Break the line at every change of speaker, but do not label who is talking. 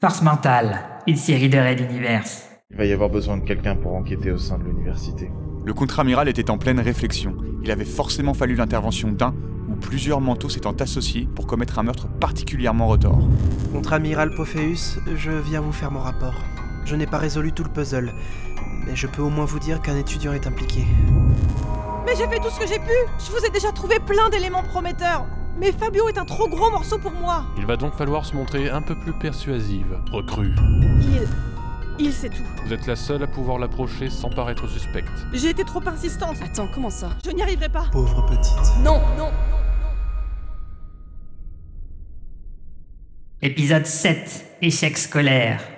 Force mentale, une série de raids d'universe.
Il va y avoir besoin de quelqu'un pour enquêter au sein de l'université.
Le contre-amiral était en pleine réflexion. Il avait forcément fallu l'intervention d'un ou plusieurs manteaux s'étant associés pour commettre un meurtre particulièrement retors.
Contre-amiral Pophéus, je viens vous faire mon rapport. Je n'ai pas résolu tout le puzzle, mais je peux au moins vous dire qu'un étudiant est impliqué.
Mais j'ai fait tout ce que j'ai pu Je vous ai déjà trouvé plein d'éléments prometteurs Mais Fabio est un trop gros morceau pour moi
Il va donc falloir se montrer un peu plus persuasive, recrue.
Il... Il sait tout.
Vous êtes la seule à pouvoir l'approcher sans paraître suspecte.
J'ai été trop insistante
Attends, comment ça
Je n'y arriverai pas
Pauvre petite.
Non, non
Épisode 7, échec scolaire.